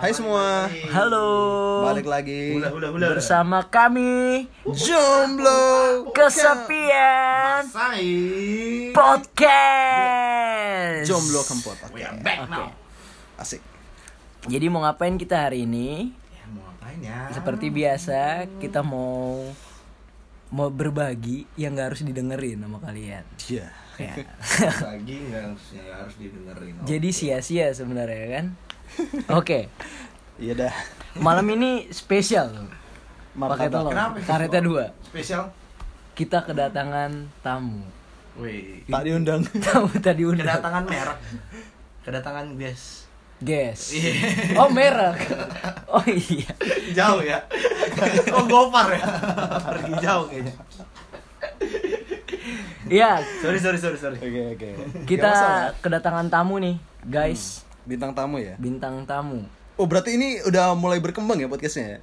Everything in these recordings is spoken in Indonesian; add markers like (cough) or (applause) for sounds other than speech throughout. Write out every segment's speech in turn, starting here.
Hai semua, Halo, balik lagi Udah, udah, udah. bersama kami Jomblo Kesepian Sai. Podcast. Jomblo Kempot, oke We are back now. asik Jadi mau ngapain kita hari ini? Ya, mau ngapain (laughs) ya? Seperti biasa kita mau mau berbagi yang gak harus didengerin sama kalian. Iya Ya. lagi nggak harus- nggak harus didengerin. Jadi sia-sia sebenarnya kan. Oke, Iya dah malam ini spesial. Pakai Martabak. tolong. Kenapa? Karetnya dua. Spesial. Kita kedatangan tamu. Wih. Tak diundang Tamu tadi undang. Kedatangan merek. Kedatangan guys. Guys. Iya. Oh merek. Oh iya. jauh ya. (laughs) Oh gopar ya. Pergi jauh kayaknya. Iya. Sorry sorry sorry sorry. Oke oke Kita Gak masalah. kedatangan tamu nih, guys. Bintang tamu ya Bintang tamu. Oh berarti ini udah mulai berkembang ya podcastnya ya?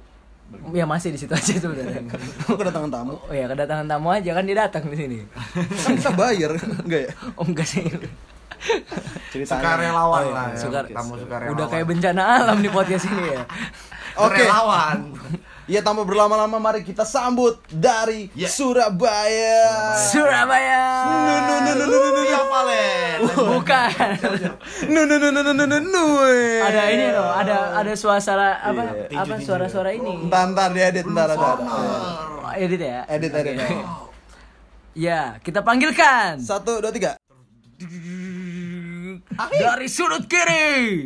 Ya masih di situ aja sebenarnya. Kok kedatangan tamu? Oh ya kedatangan tamu aja kan dia datang di sini. Kan kita bayar, enggak ya? Oh enggak sih. Ceritanya Sukarelawan Oh, iya, lah. ya. Sukar- Tamu sukarelawan. Udah kayak bencana alam di podcast ini ya. Oke. Relawan. Ya tanpa berlama-lama mari kita sambut dari Yeah. Surabaya Surabaya. Nu, nu, nu, nu, nu, nu, nu. Via Valen. Bukan. Nu, nu, nu, nu, nu, nu, nu, nu. Ada ini loh, ada ada suasana apa Iya. apa suara-suara ini. Ntar ntar diedit ntar ada ada. Oh, edit ya. Iya, Edit edit edit. Ya, kita panggilkan. Satu dua tiga Dari sudut kiri.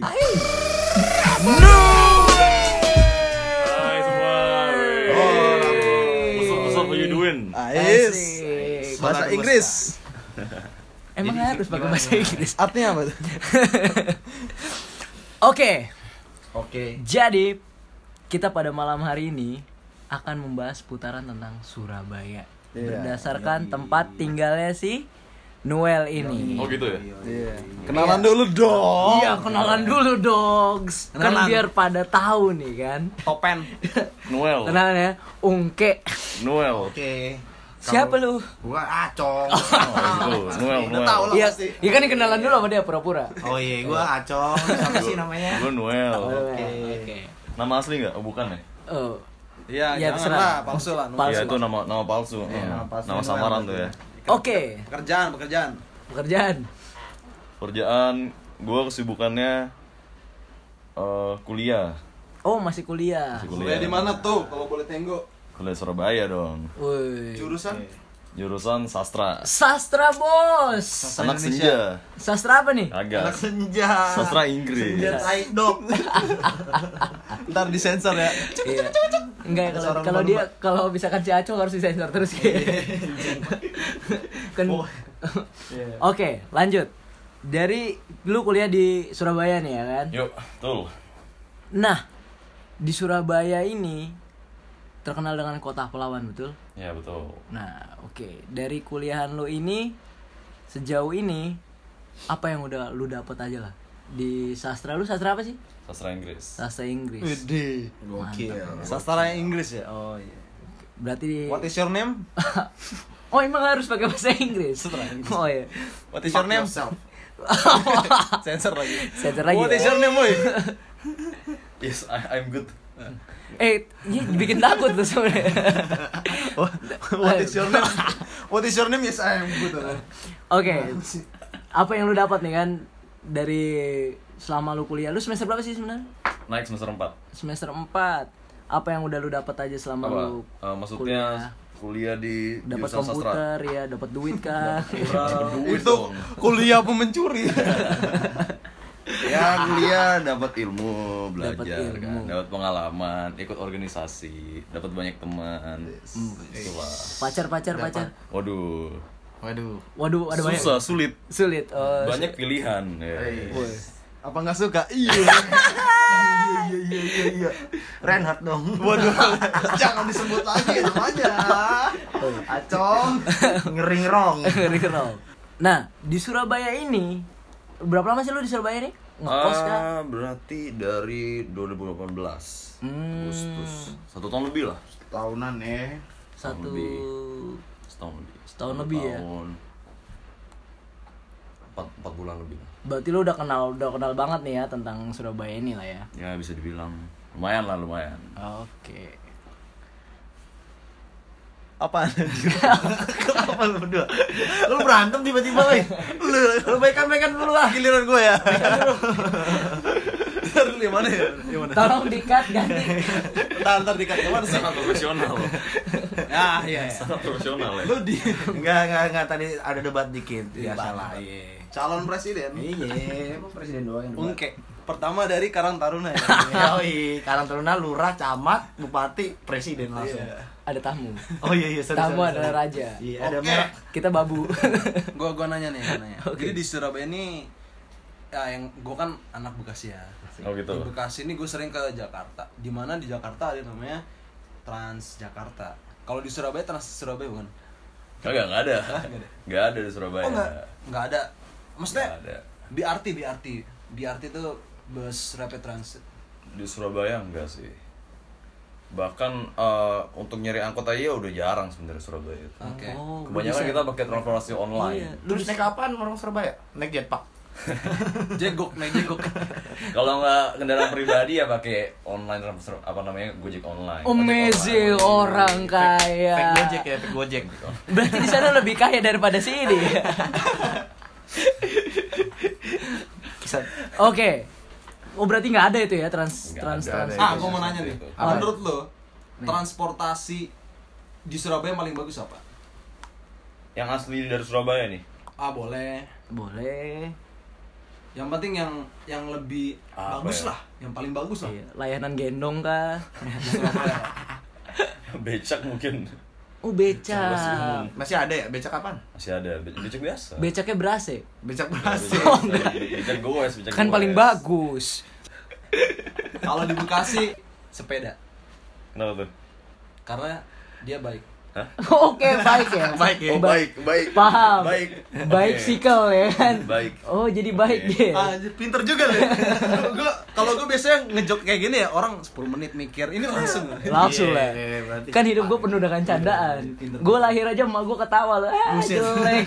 Hai semua. What's up, what's up, what you doing? Ais Asik. Bahasa Inggris Emang harus pakai bahasa Inggris. (laughs) Artinya apa tuh? Oke, Oke. jadi kita pada malam hari ini akan membahas putaran tentang Surabaya Iya. berdasarkan tempat tinggalnya si Noel ini. Oh gitu ya? Iya. Kenalan dulu dong Iya, kenalan dulu dogs. Kan Kenalan. biar pada tahu nih kan. Topen. Noel. Kenalan ya, Ungke. Noel. Oke. Siapa lu? Gua acong. Itu, Noel, Udah Noel. tau lah Iya, pasti. iya kan kenalan dulu sama dia pura-pura. Oh iya, gua acong. Siapa sih namanya? Gue Noel. Oke. Nama asli nggak? Oh, bukan ya? Oh, Iya Iya, jangan terserah. lah palsu lah Nur. Palsu. Iya itu nama nama palsu. Hmm. nama palsu Nama Noel. samaran tuh ya. Oke, Pekerjaan pekerjaan pekerjaan. Kerjaan gue kesibukannya eh, kuliah. Oh, masih kuliah. Masih Kuliah di mana tuh kalau boleh tengok Kuliah Surabaya dong. Woi. Jurusan Jurusan sastra. Sastra bos. Anak Indonesia. senja. Sastra apa nih? Anak Agak. senja. Sastra Inggris. Senja tai dok. Ntar disensor ya Iya. Enggak ya, kalau Seorang kalau dia pembak. kalau misalkan si Acung harus disensor terus ya. kan. Oh. Oke, lanjut. Dari lu kuliah di Surabaya nih ya kan? Yuk, betul. Nah, di Surabaya ini terkenal dengan kota pelawan, betul? Ya betul. Nah, oke. Dari kuliahan lu ini sejauh ini apa yang udah lu dapet aja lah? Di sastra lu sastra apa sih? Sastra Inggris. Sastra Inggris. Wede Gokil. Sastra Inggris ya Oh iya Berarti What is your name? (laughs) Oh, emang harus pakai bahasa Inggris? Oh iya. What is your name? Yourself. Sensor lagi Sensor lagi. What ya? is your name boy? Yes, I, I'm good. Eh, ini bikin takut tuh (laughs) sebenarnya. What is your (laughs) name? What is your name? Yes I am Gitu kan. good Oke. Apa yang lu dapat nih kan dari selama lu kuliah? Lu semester berapa sih sebenarnya? Naik semester 4. Semester 4. Apa yang udah lu dapat aja selama apa? lu Eh, maksudnya kuliah, di kuliah? dapat jurusan sastra. komputer ya, dapat duit kah? (laughs) Dapat duit Itu dong. kuliah apa mencuri? ya kuliah dapat ilmu belajar Dapat kan ilmu. dapat pengalaman ikut organisasi dapat banyak teman Itulah. Pacar, pacar, pacar. waduh Waduh. Waduh, ada banyak. susah sulit Sulit. Oh, banyak pilihan ya. Woi. apa nggak suka? (laughs) Iya. Iya, iya, iya, iya, iya. Reinhardt dong. (laughs) Waduh, jangan disebut lagi namanya. Oh, iya. (laughs) Acong. Ngering rong. (laughs) Ngeri kenal. Nah, di Surabaya ini berapa lama sih lu di Surabaya nih? Ngekos kah? Hmm. Ah, berarti dari 2018 Agustus satu tahun lebih lah Tahunan ya. Satu lebih. setahun lebih Setahun Satu lebih ya? tahun. empat empat bulan lebih lah. Berarti lu udah kenal udah kenal banget nih ya tentang Surabaya ini lah ya. Ya bisa dibilang lumayan lah lumayan. Oke. Apa? Kenapa lu berdua? Lu berantem tiba-tiba, woy. Lu, lu baikan-baikan dulu ah, lah. Giliran gue ya. Ntar dulu yang mana ya? Yang mana? Tolong dikat ganti. Ntar ntar dikat kemana sih? Sangat (laughs) profesional. Ya, iya, iya. Sangat profesional ya. Lu di Enggak, enggak, enggak. Tadi ada debat dikit. Biasa lah, iya. calon presiden. Iya, emang presiden doang yang debat. Ungke. Pertama dari Karang Taruna ya. (laughs) Yoi, Oh, iya. Karang Taruna, Lurah, Camat, Bupati, Presiden langsung. Iya. Ada tamu. Oh iya iya, sorry, Tamu sorry, adalah raja. sorry. Iya, ada Oke. merah. Kita (laughs) babu. gua gua nanya nih gua nanya. Oke. jadi di Surabaya ini ya yang gua kan anak Bekasi ya Oh, gitu. di Bekasi ini gue sering ke Jakarta dimana di Jakarta ada namanya Trans Jakarta kalau di Surabaya Trans Surabaya bukan Kagak nggak ada. nggak ada. Nggak ada di Surabaya. oh nggak nggak ada maksudnya Nggak Iya. ada. BRT BRT BRT itu bus rapid (laughs) transit Di Surabaya enggak sih. Bahkan eh, untuk nyari angkot aja udah jarang sebenarnya Surabaya itu. oke Oh, Kebanyakan bisa. kita pakai transportasi online. Iya. (laughs) Terus naik apaan orang Surabaya? Naik jetpack. jegok naik jegok Iya, Kalau nggak kendaraan pribadi ya pakai online transpor- apa namanya Gojek online. Ojek Amazing Oh. orang kaya. Fake Gojek ya, fake Gojek. Berarti di sana lebih kaya daripada (laughs) sini. Kisah Oke. Oh berarti nggak ada itu ya trans Nggak trans ada, trans. ada. ah gue mau iya, nanya nih Apa? menurut lo transportasi di Surabaya paling bagus apa Yang asli dari Surabaya nih. (laughs) ah boleh Boleh. yang penting yang yang lebih Apa bagus ya? lah yang paling bagus lah Iya, Layanan gendong kah? (laughs) Becak mungkin Oh Masih becak. masih ada ya becak apaan? masih ada. Be- Becak biasa. Becaknya berase. Becak Becak beras. biasa. Becak goes, becak Ah, Kan goes. paling bagus. kalau di Bekasi sepeda Kenapa tuh? karena dia baik Hah? (laughs) Oke, baik ya. Baik ya. Oh, baik, baik. Paham. Baik. Baik Oke. sikal ya kan. Baik. Oh, jadi baik (laughs) Oke. ya. Ah, anjir, pinter juga loh (laughs) gua kalau gue biasanya ngejok kayak gini ya orang 10 menit mikir ini langsung Langsung Iya, lah. iya, berarti. Kan hidup gue penuh dengan candaan. Gue lahir aja emak gue ketawa loh. Ah, Buset. jelek.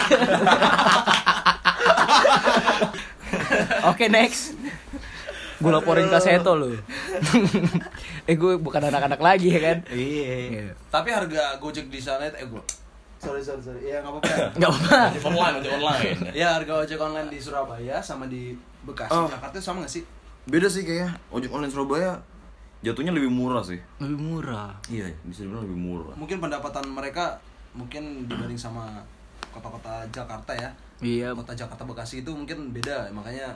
Oke, next. Gue laporin ke Seto lo. (laughs) eh gue bukan anak-anak lagi ya kan. Iya. Iya. tapi harga gojek di sana itu eh gue sorry sorry sorry ya nggak apa-apa (laughs) Gak apa-apa. Ojek online, ojek online. ya harga ojek online di Surabaya sama di Bekasi Jakarta sama nggak sih Beda sih kayaknya. Ojek online Surabaya jatuhnya lebih murah sih. Lebih murah. Iya, bisa dibilang lebih murah. mungkin pendapatan mereka mungkin dibanding sama kota-kota Jakarta ya Iya. kota Jakarta Bekasi itu mungkin beda makanya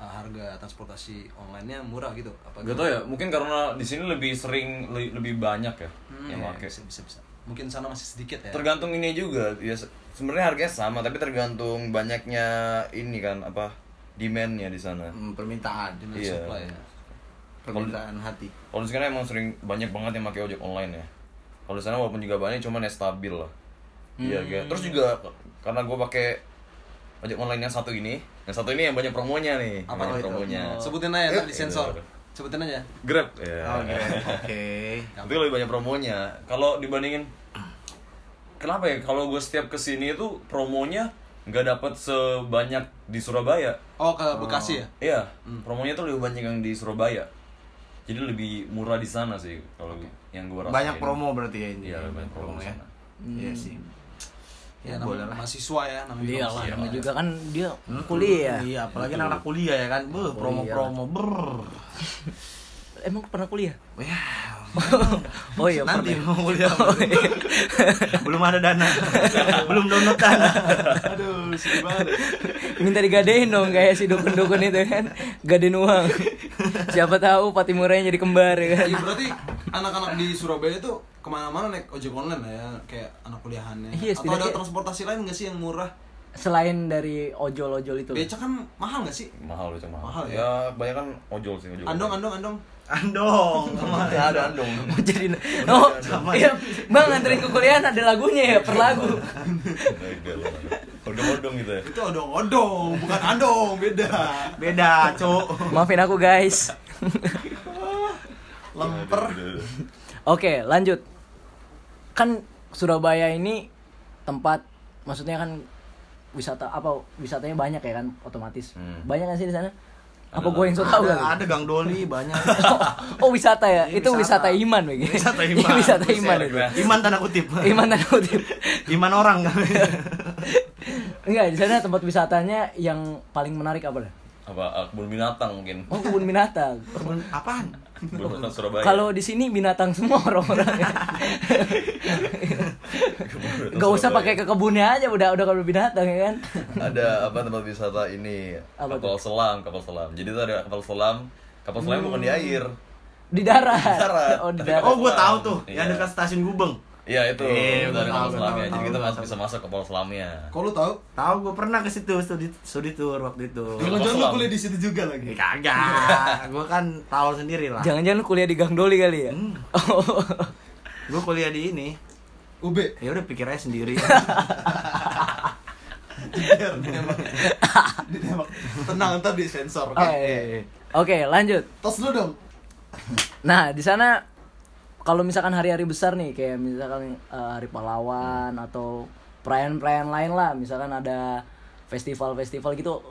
ah, harga transportasi online-nya murah gitu apa Gak tau ya, mungkin karena di sini lebih sering, le- lebih banyak ya Hmm, yang iya ya, pakai. bisa bisa bisa mungkin sana masih sedikit ya Tergantung ini juga, ya se- sebenarnya harganya sama tapi tergantung banyaknya ini kan apa demandnya di sana. Hmm, permintaan, dengan Iya. supply ya permintaan hati. Kalau di sana emang sering banyak banget yang pakai ojek online ya. Kalau di sana walaupun juga banyak, cuman ya stabil lah. Iya, kayak- terus juga karena gue pakai ojek online yang satu ini, yang satu ini yang banyak promonya nih, apa banyak itu Oh. promonya. sebutin aja Eh, ntar disensor iya. sebutin aja Grab, Oke. ya. Oh, gitu. (laughs) Oke. Tapi lebih banyak promonya. Kalau dibandingin kenapa ya kalau gue setiap kesini itu promonya nggak dapat sebanyak di Surabaya. oh ke Bekasi ya Iya, promonya tuh lebih banyak yang di Surabaya. Jadi lebih murah di sana sih kalau yang gue rasain. Banyak promo berarti ya ini. Iya, banyak promo ya. sana. Iya sih. ya namanya mahasiswa ya namanya Iya lah, mahasiswa. namanya juga kan dia kuliah. Iya, apalagi anak kuliah ya kan. Beuh, promo-promo Oh, ber. Emang pernah kuliah? Ya, Oh iya, pernah. nanti iya. mau kuliah. Oh, Belum ada dana. Belum download dana. aduh sedih banget (laughs) Minta digadein dong kayak si dukun-dukun itu kan. Gadein (laughs) uang. Siapa tahu Patimuranya jadi kembar ya kan. Iya, berarti anak-anak di Surabaya itu kemana-mana naik ojek online lah ya kayak anak kuliahannya Iya, atau ada setidaknya- transportasi lain nggak sih yang murah Selain dari ojol-ojol itu. (laughs) becak kan mahal nggak sih Mahal loh, cuma. Mahal ya? ya. banyak kan ojol sih, ojol. andong andong andong Andong. Ya, ada (laughs) andong. Mau jadi Oh, iya. Bang anterin ke kuliah ada lagunya ya per lagu. Odong-odong gitu ya. itu odong odong bukan andong beda Beda, Cuk. Maafin aku guys. lemper Oke, lanjut. Kan Surabaya ini tempat maksudnya kan wisata apa wisatanya banyak ya kan otomatis. Hmm. Banyak kan sih di sana? Apa lah. gue yang so tau ada, kali? ada Gang Doli banyak. (laughs) Oh, wisata ya? Ini itu wisata, wisata. iman Wegi. (laughs) Wisata Ini iman. Iya. wisata Buset, iman itu. gua. Iman tanda kutip. Iman tanda kutip. Iman orang kan. Enggak, di sana tempat wisatanya yang paling menarik apa dah? apa eh, kebun binatang mungkin Oh, kebun binatang. Permen apaan? kebun binatang Surabaya Kalau di sini binatang semua (laughs) orang-orangnya. Kebun binatang Gak usah Surabaya. pakai ke kebunnya aja udah udah kalau binatang ya kan. ada apa tempat wisata ini Apa kapal selam kapal selam jadi itu ada kapal selam kapal selam bukan di air Di darat. Di darat. Oh, di Tapi darat. kalau- Oh, gua tahu tuh, Iya. yang dekat stasiun Gubeng. iya itu Iya, itu gua tahu, ada kapal gua tahu, selamnya jadi tahu, kita gua masih tahu. bisa masuk kapal selamnya Kok lu tahu? Tahu gua pernah ke situ studi studi tour waktu itu. Dulu- Jangan-jangan lu Kosolam. kuliah di situ juga lagi. Eh, (laughs) Kagak. Gua kan tahu sendiri lah. Oh, Jangan-jangan lu kuliah di Gang Doli kali ya? Hmm. (laughs) Oh. Gua kuliah di ini. UB. Ya udah pikirnya (laughs) sendiri. Jiger, (laughs) ditembak. Ditembak. Tenang ntar di sensor. Eh, Oh, iya, iya. Oke, lanjut. Tos lu dong. Nah, di sana kalau misalkan hari-hari besar nih kayak misalkan eh, hari pahlawan atau perayaan-perayaan lain lah, misalkan ada festival-festival gitu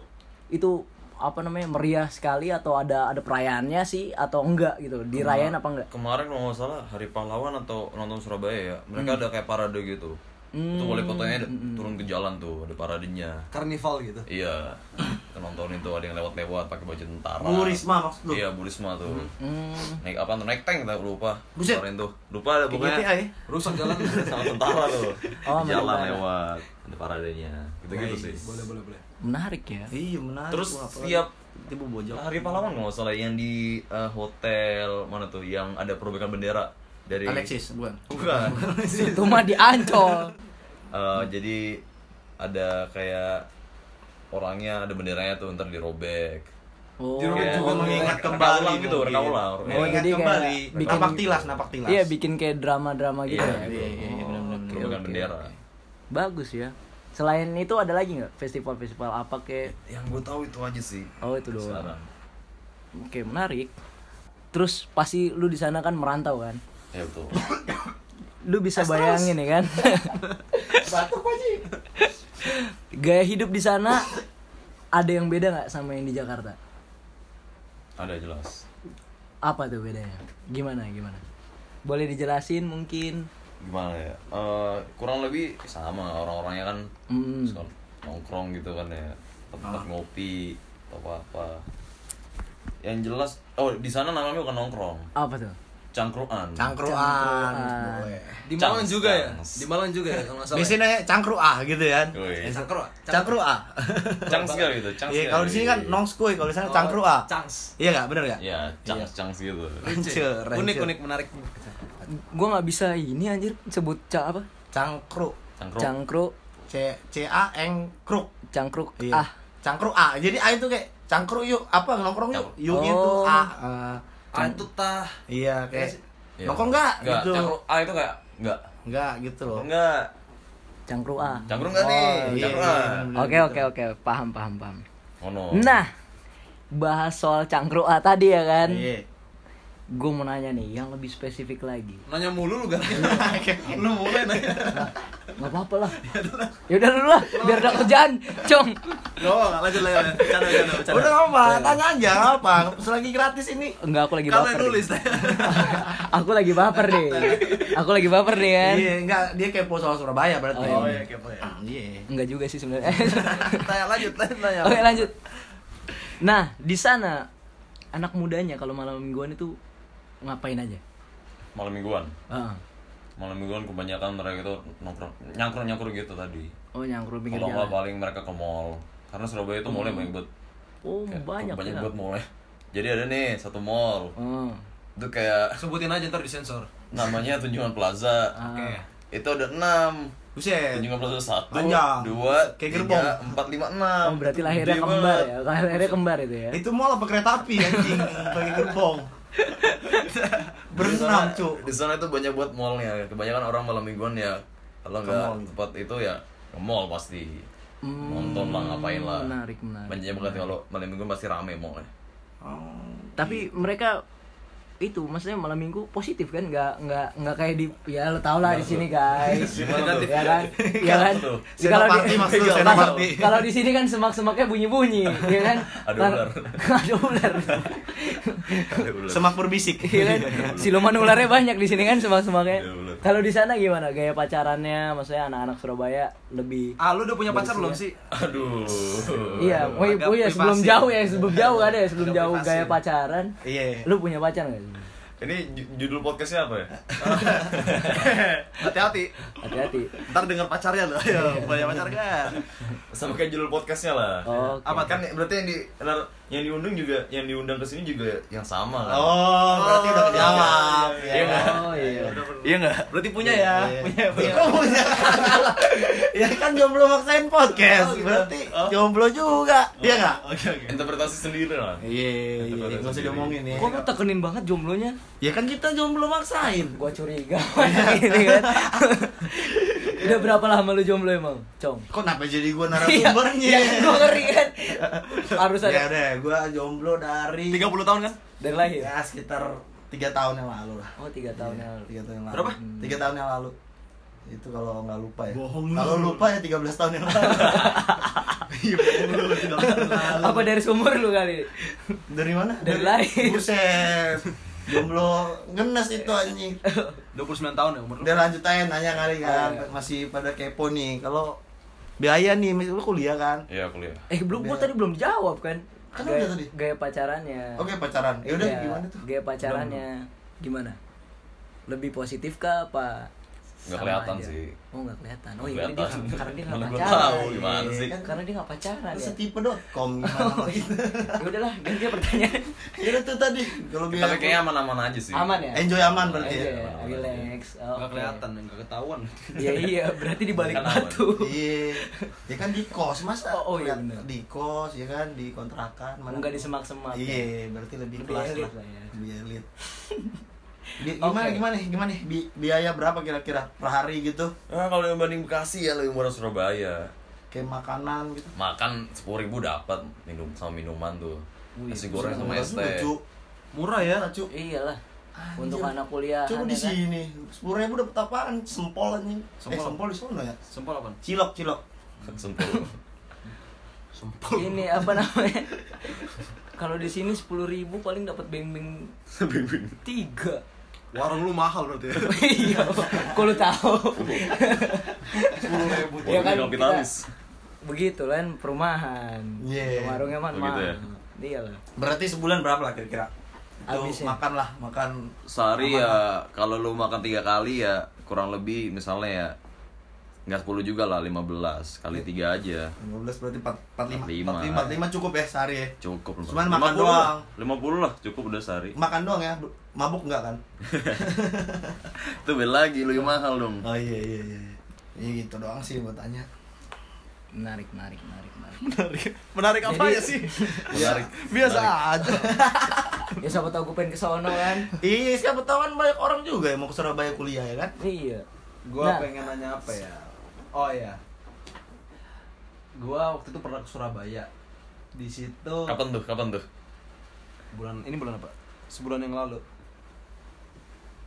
itu apa namanya meriah sekali atau ada ada perayaannya sih atau enggak gitu dirayain apa enggak Nah, kemarin kalau nggak salah hari pahlawan atau nonton Surabaya ya Hmm. mereka ada kayak parade gitu itu wali kotanya ada- turun ke jalan tuh ada paradenya Karnival gitu. iya kita nontonin tuh ada yang lewat-lewat pakai baju tentara Bu Risma maksud lu? iya Burisma tuh Hmm. naik apa tuh naik tank kita lupa Buset. kemarin tuh lupa ada Kayak pokoknya GTA ya. Rusak jalan. sama tentara tuh (laughs) Oh, Di jalan mereka. lewat ada paradenya gitu gitu sih boleh, boleh, boleh. menarik ya Iya, menarik. Terus Wah, apalagi setiap- tipu bojok. hari pahlawan nggak salah yang di eh, hotel mana tuh yang ada perubahan bendera dari Alexis, bukan. (laughs) bukan (laughs) itu mah di Ancol Eh, jadi ada kayak orangnya ada benderanya tuh ntar dirobek oh Di rumah Kayak juga mengingat mengingat kembali kembali gitu mungkin. rekam ulang Oh, Iya. Mengingat jadi kayak kembali. bikin- Napak tilas, napak tilas. iya bikin kayak drama-drama gitu Iya, ya gitu. iya, iya, iya, benar-benar. Oh, perubahan Oke, bendera. oke. bagus ya selain itu ada lagi nggak festival-festival apa kayak Yang gue tahu itu aja sih. oh itu doang Sekarang. Oke, menarik. Terus pasti lu di sana kan merantau kan? Ya betul. Lu bisa bayangin ya kan? Batuk aja. Gaya hidup di sana ada yang beda nggak sama yang di Jakarta? Ada jelas. Apa tuh bedanya? Gimana gimana? Boleh dijelasin mungkin? Gimana ya? Eh, kurang lebih sama orang-orangnya kan Hmm. suka nongkrong gitu kan ya. Tempat ngopi atau apa-apa. Yang jelas oh di sana namanya bukan nongkrong, Apa tuh? cangkruan. Cangkruan. Cangkruan. Boleh. Di Malang Cans, juga ya? cans. Di Malang juga ya kalau nggak salah. Di sini cangkruah gitu kan. Woi. Cangkrua. Cangkruah. Cangskal gitu, cangskal. Iya, kalau di sini kan nongskui, kalau di Oh, sana cangkruah. Cangs. Iya enggak, bener enggak? Iya, cangs cangs gitu. Rancur, rancur. Unik, unik, menarik. Gua nggak bisa ini anjir sebut ca apa? Cangkru. Cangkruk. Cangkruk, C C A N kruk. cangkruk. Iya. Ah, Cangkru A. Jadi A itu kayak cangkru yuk, apa nongkrong yuk. Cangkru. Yuk itu Oh. A. Ah, itu tah. Eh, iya, kayak Iya. nongkrong enggak Enggak, gitu. cangkruk. Ah itu kayak enggak. Enggak gitu loh. Enggak. cangkruk ah. Cangkruk enggak nih? Iya, Cangkruan. iya, bener-bener Oke gitu. oke oke, paham paham paham. Oh no. Nah, bahas soal cangkruk ah tadi ya kan? Iya. Gue mau nanya nih, yang lebih spesifik lagi. Nanya mulu lu (laughs) ganti. lu mulai nanya. Gak apa-apa (laughs) lah. Ya Yaudah dulu lah, biar ada kerjaan. Cong. Gak lanjut lagi. lanjut. Bercanda, bercanda, bercanda. Udah nggak Iya. apa, tanya aja nggak apa. Selagi gratis ini. Enggak, aku lagi Kalian baper. nulis. nih. (laughs) aku lagi baper nih. Aku lagi baper nih kan. Iya, enggak dia kepo soal Surabaya berarti. Oh, Oh iya, kepo ya. Iya. Enggak juga sih sebenarnya. (laughs) (laughs) Tanya lanjut, lanjut, tanya. Oke, lanjut. Nah, di sana anak mudanya kalau malam mingguan itu ngapain aja? Ah. Malam mingguan. Heeh. malam mingguan kebanyakan mereka itu nongkrong nyangkrung nyangkrung gitu tadi Oh, nyangkrut pinggir kalau nggak jalan. paling mereka ke mall karena Surabaya itu mallnya banyak banget Hmm. Oh, Kayak banyak banyak ya. Ah. banget mallnya jadi ada nih satu mall Heeh. itu kayak Sebutin aja ntar disensor. namanya Tunjungan Plaza Oke. itu ada enam Buset. Tunjungan Plaza satu Panjang. dua Kayak tiga gerbong. empat lima enam Oh, berarti lahirnya Gede kembar banget. ya. Lahirnya kembar itu ya. Itu mall apa kereta api anjing pakai gerbong. Berenam, Di sana- Cuk. di sana itu banyak buat mallnya kebanyakan orang malam mingguan ya mall. kalau nggak tempat itu ya ke mall pasti nonton lah ngapain lah Hmm, menarik, menarik, (laughs) banyak banget kalau malam mingguan pasti rame mallnya Oh. Tapi mereka itu maksudnya malam minggu positif kan nggak nggak nggak kayak di ya lo tau lah di sini (laughs) guys Gimana tuh? ya kan ya kan Tuh. Di- kalau Senoparty di maksud lu, (laughs) kalau- senoparty. kalau di sini kan semak semaknya bunyi bunyi ya (laughs) kan Ada Kan- (laughs) ular. ada (laughs) ular Ada ular. Semak berbisik. (laughs) Iya kan? siluman ularnya banyak di sini kan semak semaknya Ada Iya, ular. kalau di sana gimana gaya pacarannya maksudnya anak-anak Surabaya lebih Ah, lu udah punya pacar belum sih? Aduh. Iya, oh iya, agak oh iya, sebelum privasi. jauh ya, sebelum jauh ada ya, sebelum Agak jauh privasi. gaya pacaran. Iya. Lu punya pacar nggak? sih? Ini ju- judul podcastnya apa ya? Hati-hati. Hati-hati. Ntar denger pacarnya lo. Iya. Ayo, punya pacar kan? Sama kayak judul podcastnya lah. Oh, oke. Apa kan berarti yang di yang diundang juga yang diundang ke sini juga yang sama kan? Oh, berarti udah kejawab. iya, ya kan? Oh iya. Iya enggak? Berarti punya ya. Punya. Iya. Kok punya? ya kan jomblo maksain podcast. Oh, gitu. Berarti jomblo juga. Iya enggak? Oke oke. Interpretasi sendiri lah. Iya, iya, iya, nggak usah diomongin ya. Kok lu tekenin banget jomblonya? Ya kan kita jomblo maksain. Gua curiga (laughs) ini kan. Udah berapa lama lu jomblo emang, Cong? Kok kenapa jadi (laughs) gua Iya, narasumbernya? iya, gua ngeri kan. Harus Ya ada udah, gua jomblo dari 30 tahun kan? dari lahir. ya sekitar 3 tahun yang lalu lah. Iya, Oh, tiga tahun yang lalu. tiga tahun yang lalu. Berapa? Tiga tahun yang lalu. Itu kalau nggak lupa ya. Bohong lu. Kalau lupa ya 13 tahun yang lalu. (laughs) Iya, bohong lu, 13 tahun yang lalu. Apa dari sumur lu kali? Dari mana? Dari lahir. Buset. Jomblo ngenes itu anjing. 29 tahun ya umur lu. Udah lanjut aja nanya kali kan. Iya. Masih pada kepo nih. Kalau biaya nih, mis- lu kuliah kan. Iya kuliah. Eh, belum gua tadi belum jawab kan. Kan Gaya- udah tadi. Gaya pacarannya. Oke, pacaran. Ya udah Iya, gimana tuh? Gaya pacarannya gimana? Lebih positif kah apa? Nggak Sama kelihatan aja? sih. Oh nggak kelihatan. Oh Nggak iya ini dia kelihatan. nggak- karena (laughs) dia nggak Mana gua pacaran. tahu gimana sih. Kan Karena dia nggak pacaran ya. Setipe.com (laughs) gimana lo gitu. Ya udahlah, ganti pertanyaan. Ya udah tuh tadi. Kalau Tapi biaya kayaknya aman-aman aja sih. Iya. Aman ya? enjoy aman berarti Aja ya. ya, relax. Oh, Enggak oke. kelihatan, enggak ketahuan. Iya iya, berarti di balik Kan aman. batu. Iya, ya kan di kos Uh. masa Oh, oh, iya, bener. ngeliat di kos ya kan di kontrakan mana Enggak di semak-semak. Iya, berarti lebih, ya? Lebih kelas elit lah. lah ya. Lebih (laughs) elit. Di- gimana Oke. gimana gimana Bi- biaya berapa kira-kira per hari gitu? Ah, kalau dibanding Bekasi ya lebih murah Surabaya. Kayak makanan gitu. Makan sepuluh ribu dapat minum sama minuman tuh. Wih, Nasi goreng sama es teh. lucu. Murah ya. Cu. Iyalah. Anjir. Untuk anak kuliah. ya kan? Coba di sini. Sepuluh ribu dapat apaan? Sempol anjing. Eh, Sempol. sempol di sono ya. Sempol apa? Cilok, cilok. Sempul. Sempol. Ini apa namanya? Kalau di sini sepuluh ribu paling dapat beng-beng tiga. Warung lu mahal berarti ya. iya, kok lu tahu? Sepuluh ribu. Iya kan, Warung kapitalis. Begitu kan perumahan. Iya. Warungnya mah Oh, gitu mahal. ya? Iya lah. Berarti sebulan berapa lah kira-kira? Habis Habisnya. makan lah, makan (laughs) Sehari ya kalau lu makan tiga kali ya kurang lebih misalnya ya nggak 10 juga lah 15 kali tiga aja 15 berarti 45. 45. 45. 45 cukup ya sehari ya. cukup lah. Cuman makan 50 lah. doang. 50 lah cukup udah sehari Makan doang ya. Mabuk enggak kan? itu beda lagi lebih mahal dong Oh iya iya iya. Iya gitu doang sih buat tanya. (laughs) Menarik, menarik, menarik, menarik. Menarik ya apanya sih? (laughs) menarik Biasa aja. ya siapa tahu gue pengen ke sono kan. Iya, siapa tahu kan banyak orang juga yang mau ke Surabaya kuliah ya kan? Iya. Gua Nah. pengen nanya apa ya? Oh iya. Gua waktu itu pernah ke Surabaya. Di situ kapan tuh kapan tuh bulan ini bulan apa? Sebulan yang lalu.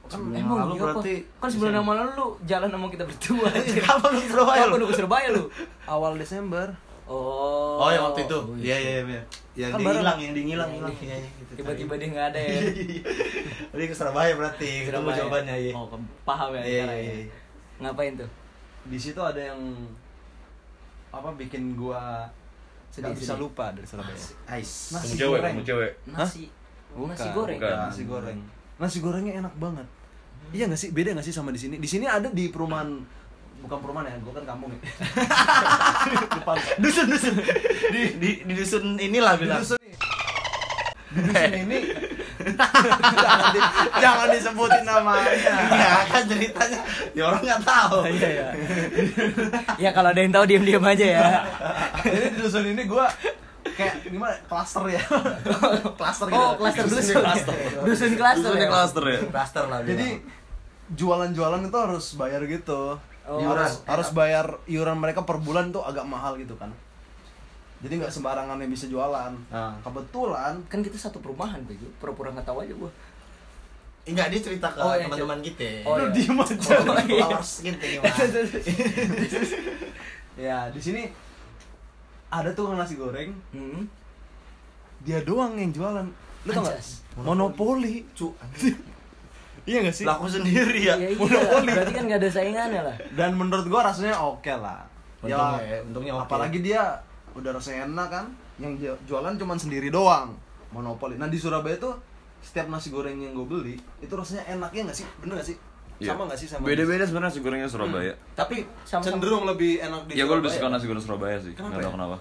Kan Sebulan emang lalu iya apa? berarti kan sebelum nama lalu lu jalan sama kita (laughs) berdua. anjir. Kapan lu ke Surabaya Kapan lu? lu ke Surabaya lu? Awal Desember. Oh. Oh, yang waktu itu. Iya iya iya. Yang Kan dia bareng. hilang, yang dia hilang, hilang. Iya, Iya, iya, gitu. Tiba-tiba Cari. dia nggak ada ya. (laughs) Iya, iya. Jadi ke Surabaya berarti ketemu Surabaya. jawabannya iya. Oh, ke- paham ya. Iya, sekarang iya, ya. iya. Ngapain tuh? Di situ ada yang apa bikin gua Sedih, nggak bisa sedih. lupa dari Surabaya. Ais. Nasi kamu cewek goreng. kamu cewek Nasi. Nasi goreng. Iya. bukan. Nasi goreng. Hmm. Nasi gorengnya enak banget. Hmm. Iya nggak sih? Beda nggak sih sama di sini? Di sini ada di perumahan bukan perumahan ya, gua kan kampung (laughs) ya. Depan. Dusun dusun. Di di, di dusun inilah bilang. Di Eh. dusun ini. Di dusun ini jangan, di- jangan disebutin (laughs) namanya. Ya kan ceritanya, ya orang nggak tahu. Iya ya. (laughs) ya kalau ada yang tahu diam-diam aja ya. jadi di dusun ini gua kayak gimana klaster (laughs) ya klaster gitu Oh, klaster Dusun dusun. klaster. Dusun klaster. Dusunnya ya? klaster ya Blaster lah. bilang. jadi jualan-jualan itu harus bayar gitu Oh. harus Iuran. harus bayar iuran mereka per bulan tuh agak mahal gitu kan jadi nggak sembarangan yang bisa jualan Ah. kebetulan Kan kita satu perumahan, Bego. Pura-pura nggak tahu aja gua. Enggak, eh, dia cerita ke Oh, iya, teman-teman kita. Oh, Lu iya. diem aja. Kalau (laughs) Flowers gitu gimana? ya, di sini ada tukang nasi goreng, Hmm. dia doang yang jualan. Lu tau gak? Anjas. Monopoli. Cu, (laughs) Iya gak sih? Lah, aku sendiri ya. Iya, iya. monopoli. Berarti kan gak ada saingannya lah. Dan menurut gua rasanya oke lah. Untungnya ya, untungnya oke. Apalagi dia udah rasanya enak kan, yang ju- jualan cuman sendiri doang. Monopoli. Nah, di Surabaya tuh setiap nasi goreng yang gue beli itu rasanya enaknya nggak sih bener nggak sih sama nggak sih sama Iya. Beda-beda sebenarnya nasi gorengnya Surabaya. tapi Sama-sama. cenderung lebih enak di Ya gue lebih Surabaya. suka nasi goreng Surabaya sih. Kenapa Nggak tahu ya? kenapa.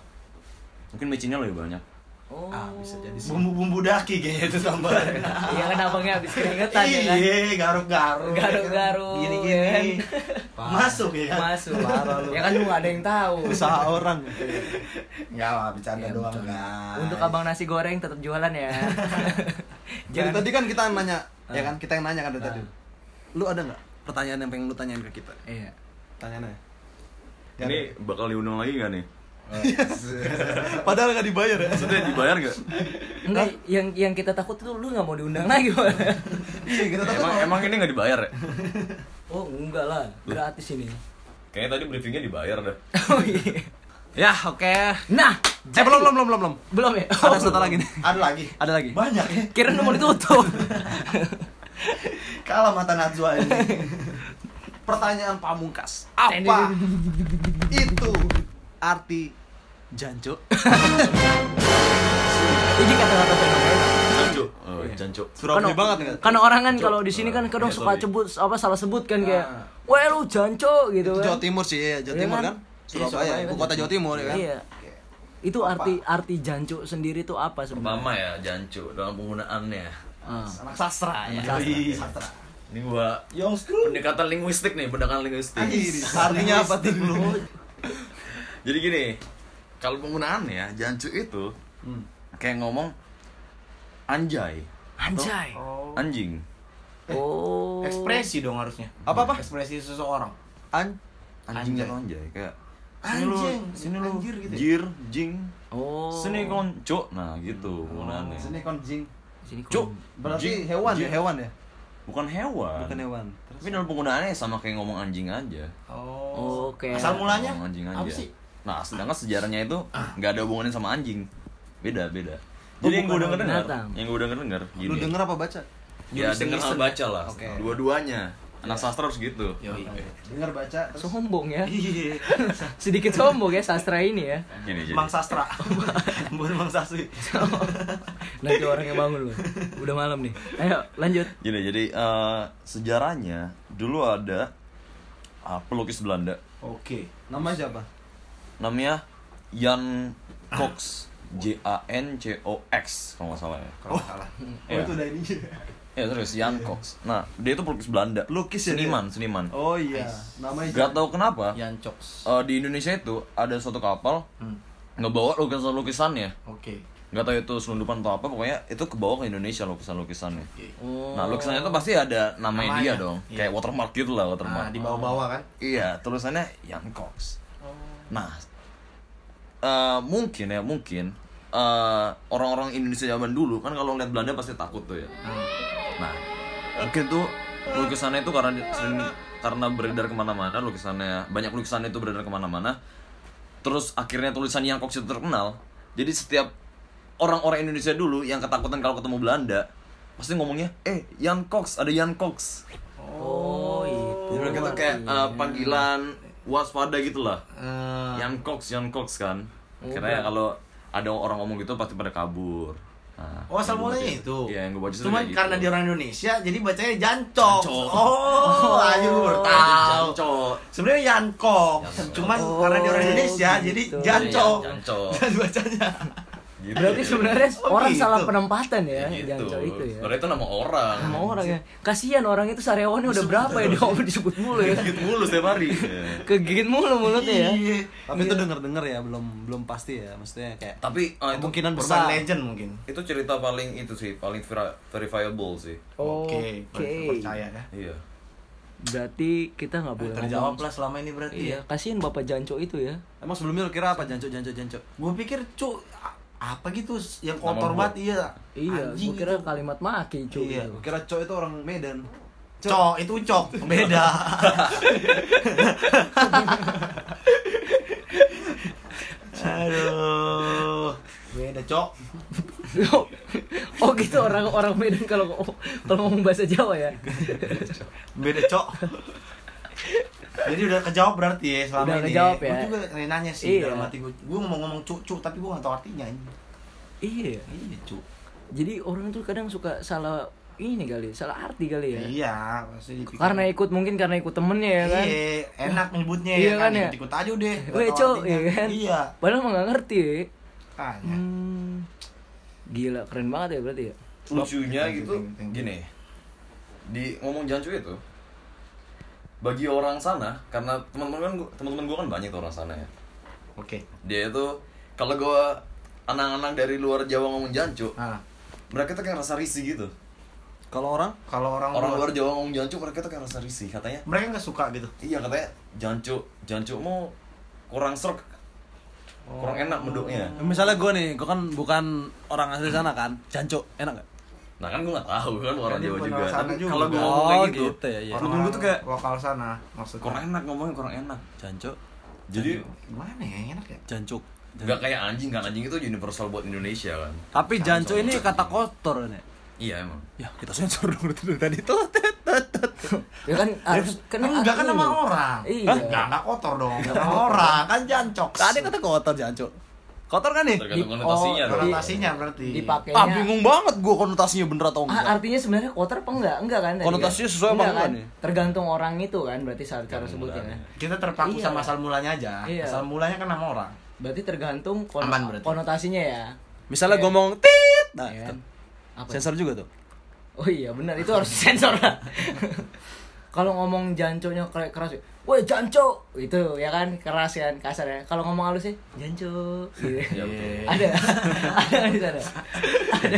Mungkin micinnya lebih banyak. Oh. ah bisa jadi sih (laughs) Bumbu-bumbu daki kayaknya itu tambahan. Iya kenapa nggak habis keringetan ya kan? Iya, garuk-garuk. Garuk-garuk, ya kan? Gini-gini. (laughs) Masuk ya kan? Masuk. Parah lu. ya kan nggak ada yang tahu. Iya, usaha orang (laughs) Enggak lah, bercanda Ya, doang, betul. guys. Untuk abang nasi goreng tetap jualan ya. Jadi Jangan. tadi kan kita yang nanya, ya kan kita yang nanya kan dari Ah. tadi. Lu ada nggak pertanyaan yang pengen lu tanyain ke kita? Iya. Tanyaannya. Nggak Ini bakal diundang lagi gak nih? ada. (laughs) Padahal nggak dibayar ya. eh, Maksudnya dibayar gak? Enggak, yang yang kita takut tuh lu nggak mau diundang lagi. Bang. Iya, kita tuh Emang emang ini gak dibayar ya? oh enggak lah, gratis ini. Kayaknya tadi briefingnya dibayar dah. (laughs) Oh iya. Ya, oke. Nah, Eh, belum belum belum belum belum. belum ya. Ada satu lagi nih. Ada lagi. Ada lagi. Banyak ya. Kira lu mau ditutup. Kalah mata Najwa ini. (laughs) Pertanyaan pamungkas. (laughs) Apa itu arti janjo? Ini kata-kata fenomena. Cancu. Oh, Iya. cancu. Surabaya Kan- banget nggak? Iya, Karena orang kan kalau di sini kan kadang Ya, suka sorry. sebut apa salah sebut kan kayak, Ah. "Wah, lu janco" gitu Itu kan. Jawa Timur sih, ya, Jawa Iya Timur kan? kan. Surabaya, Iya, ibu kota Jawa Timur ya kan. Iya. Itu arti arti janco sendiri tuh apa sebenarnya? Pertama ya jancu dalam penggunaannya. Ah. Anak sastra ya. Wih, iya. Sastra. Ini gua Young school. pendekatan linguistik nih, pendekatan linguistik. Artinya apa tuh lu? Jadi gini, kalau penggunaannya jancu itu Hmm. kayak ngomong anjay, Anjay. anjing. Oh. Ekspresi dong harusnya. Apa, apa? Ekspresi seseorang. An Anjing Anjay. atau anjay kayak Anjing, sini lu, anjir sini gitu ya? lu, jir, jing, Oh. sini konco, nah gitu penggunaannya. Sini konjing. Sini kon- Cuk, Berarti jing, hewan ya, jing. hewan ya? Bukan hewan. Bukan hewan. Tapi dalam penggunaannya sama kayak ngomong anjing aja. Oh. Oke. Asal mulanya Ngomong anjing aja. apa sih? Nah, sedangkan sejarahnya itu nggak ada hubungannya sama anjing. Beda, beda. Oh, Jadi yang gue bukan udah dengar, binatang. yang gue udah dengar gini. Lu denger apa baca? Ya denger sama baca lah. Oke. Dua-duanya. Anak sastra harus gitu. Oh, Denger baca. terus- Sombong ya. (laughs) Iya. (laughs) Sedikit sombong ya sastra ini ya. Gini jadi. Mang (laughs) Sastra. Bukan Mang Sasri. Nanti orangnya bangun lu. Udah malam nih. Ayo lanjut. Gini jadi eh, sejarahnya dulu ada eh, pelukis Belanda Oke. Nama siapa? namanya Jan Cox. J A N C O X kalau nggak salah ya. Kalau salah. Oh, Iya. itu udah ini. Ya serius Jan Cox. Nah dia itu pelukis Belanda. Pelukis ya dia? Seniman, seniman. Oh iya, namanya Gak tau kenapa Yan Cox. eh, di Indonesia itu ada suatu kapal Hmm. ngebawa lukisan-lukisannya. Oke. Gak tau itu selundupan atau apa, pokoknya itu kebawa ke Indonesia lukisan-lukisannya. Oke. Oh. Nah lukisannya itu pasti ada Namanya, namanya, dia dong, iya. kayak watermark gitu Nah, lah Ah, watermark. di bawah-bawah kan? Iya, tulisannya Jan Cox. Nah, eh, mungkin ya mungkin eh, orang-orang Indonesia zaman dulu kan kalau ngeliat Belanda pasti takut tuh ya. Nah, mungkin tuh lukisannya itu karena di- sering karena beredar kemana-mana, lukisannya banyak lukisannya itu beredar kemana-mana. Terus akhirnya tulisan Jan Cox itu terkenal. Jadi setiap orang-orang Indonesia dulu yang ketakutan kalau ketemu Belanda pasti ngomongnya, eh Jan Cox ada Jan Cox. Oh, itu. Jadi mereka tuh kayak Iya, uh, panggilan waspada gitu lah. Eh, Yang Cox, yang Cox kan. Oh, Karena ya berat. kalau ada orang ngomong gitu pasti pada kabur. Nah, Oh, asal yang gua mulanya baca- itu. Iya, yang gue baca tuh Cuman kayak gitu. karena dia orang Indonesia, jadi bacanya Jancok. Jancok. Oh, ayo baru Jadi tahu. jancok. Sebenarnya Yankok. Yankok. Cuman Oh, karena dia orang Indonesia, gitu. jadi Iya, Jadi Jancok. Jancok. Dan (laughs) bacanya. Gitu. Berarti sebenarnya Oh, orang gitu. salah penempatan ya, Ya Jan gitu. Cox itu ya. Sebenarnya itu nama orang. Sama orang ya. Kasihan orang itu saryawannya udah berapa ya dia disebut mulu ya. Gitu mulu setiap (laughs) hari. Iya. Kegigit mulu mulutnya ya. Iya. Tapi itu denger-denger ya, belum belum pasti ya, maksudnya kayak Tapi eh, itu, kemungkinan Urban besar. legend mungkin. itu cerita paling itu sih, paling vera- verifiable sih. Oke. Percaya ya. Iya. Berarti kita nggak boleh Terjawab ngomong- lah selama ini berarti ya. Iya, kasihan Bapak Janco itu ya. Emang sebelumnya lu kira apa jancu jancu jancu? Gue pikir cu apa gitu yang Nama kotor gua. banget iya Iya, Anjing gua kira itu. kalimat maki cuy. Iya. Gua kira cok itu orang Medan cok itu cok (laughs) beda aduh beda cok (laughs) oh gitu orang orang Medan kalau kalau ngomong bahasa Jawa ya. beda cok jadi udah kejawab berarti ya selama Udah ini kejawab ya. Gua juga nanya sih Iya. dalam hati gue gue ngomong-ngomong cuk cuk tapi gue gak tau artinya ini iya. iya cuk Jadi orang tuh kadang suka salah ini kali, salah arti kali ya. iya pasti dipikir. Karena ikut mungkin karena ikut temennya ya kan. Iya, enak nyebutnya Iya kan ya? Ikut-ikut aja deh. (laughs) nggak Weh tahu cok, artinya. ya kan? Iya. Padahal mah nggak ngerti. ya. Tanya. Hmm. Gila, keren banget ya berarti ya. lucunya Thank you, gitu thank you, thank you. gini di ngomong jancu itu bagi orang sana karena teman-teman kan gua- teman-teman gue kan banyak tuh orang sana ya Oke. dia itu kalau gue anak-anak dari luar Jawa ngomong jancu Nah, mereka tuh kayak ngerasa risih gitu Kalau orang kalau orang, orang luar, luar Jawa ngomong jancu mereka tuh kayak ngerasa risih katanya mereka nggak suka gitu. iya katanya jancu jancu mau kurang serk kurang Oh. enak meduknya Misalnya gue nih, gue kan bukan orang asli sana kan Jancok, enak gak? nah kan gue nggak tahu kan gua orang Dia Jawa bukan juga orang sana tapi juga. kalau gue Oh, ngomong kayak gitu, gitu ya, iya. Orang Temen gue tuh kayak lokal sana maksudnya. kurang enak ngomongnya kurang enak Jancok, jadi Gimana ya? Enak ya? Jancok nggak kayak anjing kan anjing itu universal buat Indonesia kan Tapi Jancok ini kata kotor nih iya emang Ya kita sensor dulu dari tadi tuh Ya kan harus kena enggak kan arti. nama orang. Iya. Enggak, enggak kotor dong. Nama (laughs) orang kan jancok. Tadi kata kotor Jancok Kotor kan nih? tergantung Di- konotasinya oh, dong. Konotasinya berarti. Dipakainya. Ah bingung banget gue konotasinya bener atau Ah, enggak artinya sebenarnya kotor apa enggak? Enggak kan? tadi? Konotasinya sesuai apa Enggak enggak kan? nih? Tergantung orang itu kan, berarti cara cara sebutnya. mulanya. Kita terpaku Iya. sama asal mulanya aja. Iya. Asal mulanya kan nama (laughs) orang. Berarti tergantung kono- Aman berarti. konotasinya ya. Misalnya gue ngomong tit Nah Ya kan? Apa? sensor juga tuh Oh iya benar itu harus sensor (laughs) lah. Kalau ngomong janconya kayak keras, woi janco itu ya kan keras kan kasar ya. Kalau ngomong halus sih janco. Gitu. Iya, betul. (laughs) ada ada di sana. Ada.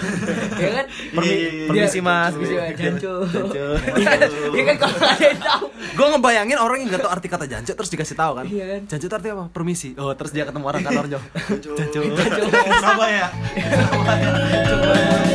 (laughs) ya kan? Permi- Dia- permisi, Mas. Permisi mas janco. Janco. (laughs) Iya kan kalau ada yang tahu. Gue ngebayangin orang yang gak tau arti kata jancok terus dikasih tahu kan Iya kan? Jancok itu artinya apa? Permisi Oh terus dia ketemu orang kantornya Jancok Sama ya. Sama ya. Coba.